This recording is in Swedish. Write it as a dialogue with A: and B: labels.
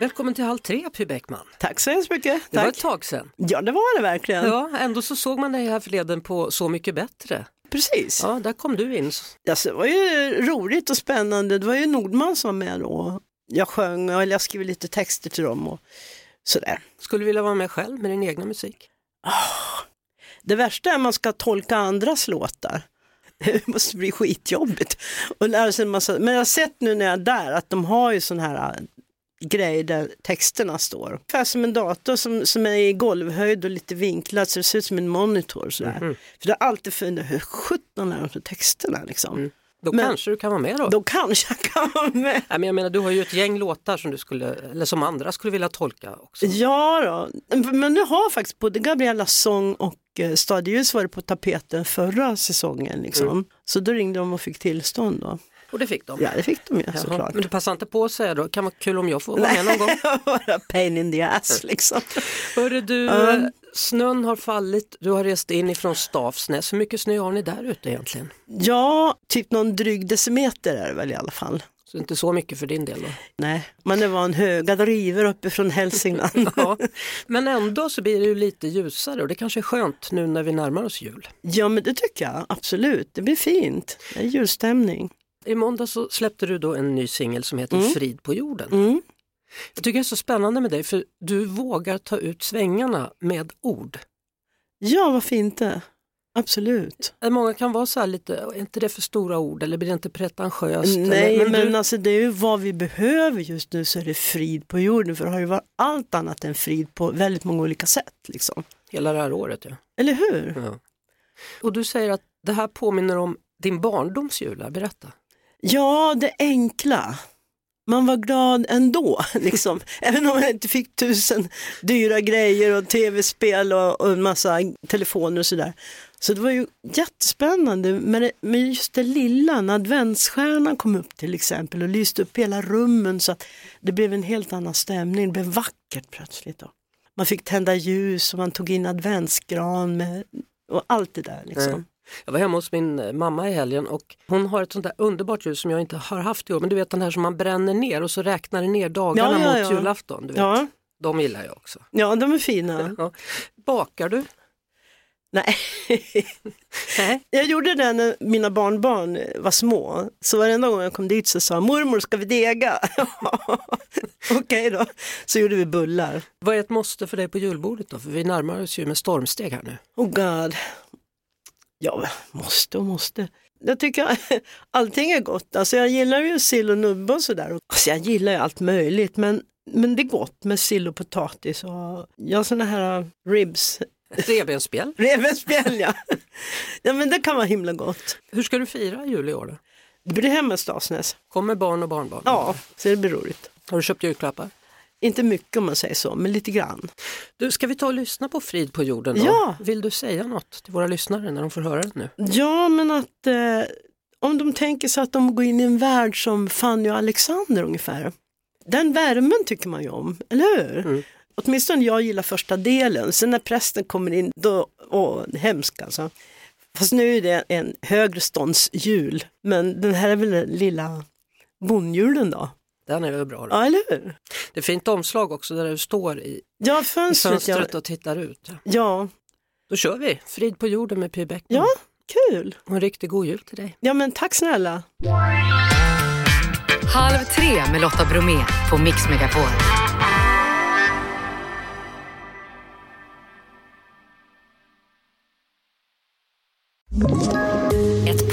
A: Välkommen till Halv tre, Py Bäckman.
B: Tack så hemskt mycket.
A: Det var ett
B: Tack.
A: tag sedan.
B: Ja, det var det verkligen.
A: Ja, ändå så såg man dig här förleden på Så mycket bättre.
B: Precis.
A: Ja, där kom du in.
B: Alltså, det var ju roligt och spännande. Det var ju Nordman som var med då. Jag sjöng och jag skrev lite texter till dem och sådär.
A: Skulle vilja vara med själv med din egna musik.
B: Det värsta är att man ska tolka andras låtar. Det måste bli skitjobbigt. Och lära sig en massa. Men jag har sett nu när jag är där att de har ju sådana här äh, grejer där texterna står. Ungefär som en dator som, som är i golvhöjd och lite vinklad så det ser ut som en monitor. Sådär. För det är alltid funderat, hur sjutton lär de sig texterna liksom?
A: Då
B: Men-
A: kanske du kan vara med då.
B: Då kanske jag kan vara med.
A: Nej, men jag menar, du har ju ett gäng låtar som, du skulle, eller som andra skulle vilja tolka också.
B: Ja då, men nu har faktiskt både Gabriellas sång och eh, Stadieljus varit på tapeten förra säsongen. Liksom.
A: Mm.
B: Så då ringde de och fick tillstånd. Då.
A: Och det fick de.
B: Ja, det fick de ju
A: Jaha,
B: såklart.
A: Men du passar inte på att säga då, kan vara kul om jag får vara med någon gång.
B: Bara pain in the ass
A: Mm.
B: liksom.
A: Hörru du, eh, snön har fallit, du har rest in ifrån Stavsnäs. Hur mycket snö har ni där ute egentligen?
B: Ja, typ någon dryg decimeter är det väl i alla fall.
A: Så inte så mycket för din del då.
B: Nej, men det var en höga river uppifrån Hälsingland.
A: Ja. Men ändå så blir det ju lite ljusare och det kanske är skönt nu när vi närmar oss jul.
B: ja, men det tycker jag absolut. Det blir fint. Det är julstämning.
A: I måndag så släppte du då en ny singel som heter Frid på jorden.
B: Mm.
A: Jag tycker det är så spännande med dig för du vågar ta ut svängarna med ord.
B: Ja, varför inte? Absolut.
A: Eh, Många kan vara så här lite, är inte det för stora ord eller blir det inte pretentiöst?
B: Nej,
A: eller,
B: men,
A: du,
B: alltså det är ju vad vi behöver just nu så är det frid på jorden för det har ju varit allt annat än frid på väldigt många olika sätt. Liksom.
A: hela det här året. Ja.
B: Eller hur?
A: Ja. Och du säger att det här påminner om din barndoms jular, berätta.
B: Mm. Ja, det enkla. Man var glad ändå, liksom. även om man inte fick tusen dyra grejer och tv-spel och, och en massa telefoner och sådär. Så det var ju jättespännande, men, det, men just det lilla, när adventsstjärnan kom upp till exempel och lyste upp hela rummen så att det blev en helt annan stämning, det blev vackert plötsligt. Då. Man fick tända ljus och man tog in adventsgran med, och allt det där. Liksom.
A: Mm. Jag var hemma hos min eh, mamma i helgen och hon har ett sånt där underbart ljus som jag inte har haft i år, men du vet den här som man bränner ner och så räknar den ner dagarna
B: Ja, ja,
A: mot
B: ja.
A: julafton. Du vet.
B: Ja, Mm.
A: De gillar jag också.
B: ja, de är fina.
A: Ja. Bakar du?
B: Nej.
A: Nej.
B: Jag gjorde det när mina barnbarn var små, så varenda gång jag kom dit så sa mormor ska vi dega? Okej då, så gjorde vi bullar.
A: Vad är ett måste för dig på julbordet då? För vi närmar oss ju med stormsteg här nu.
B: Oh god. Ja, måste och måste. Jag tycker allting är gott. Alltså jag gillar ju sill och nubbe och sådär. Alltså jag gillar ju allt möjligt men, men det är gott med sill och potatis och ja, sådana här ribs.
A: Revbensspjäll.
B: Revbensspjäll ja. ja men det kan vara himla gott.
A: Hur ska du fira jul i år då?
B: Det blir hemma i Stasnäs.
A: Kommer barn och barnbarn?
B: Ja, så det blir roligt.
A: Har du köpt julklappar?
B: Inte mycket om man säger så, men lite grann.
A: Du, ska vi ta och lyssna på Frid på jorden då?
B: Ja.
A: Vill du säga något till våra lyssnare när de får höra det nu?
B: Ja, men att eh, om de tänker sig att de går in i en värld som Fanny och Alexander ungefär. Den värmen tycker man ju om, eller hur?
A: Mm.
B: Åtminstone jag gillar första delen, sen när prästen kommer in, då, åh, det är hemskt alltså. Fast nu är det en högre ståndsjul, men den här är väl den lilla bondjulen då?
A: Den är väl bra? Då.
B: Ja, eller hur?
A: Det är fint omslag också där du står i,
B: Ja,
A: i
B: fönstret, ja.
A: fönstret och tittar ut.
B: Ja,
A: Då kör vi! Frid på jorden med Py Bäckman.
B: ja kul.
A: Och en riktigt god jul till dig.
B: Ja, men tack snälla.
C: Halv tre med Lotta Bromé på Mix Megapol.
D: Ett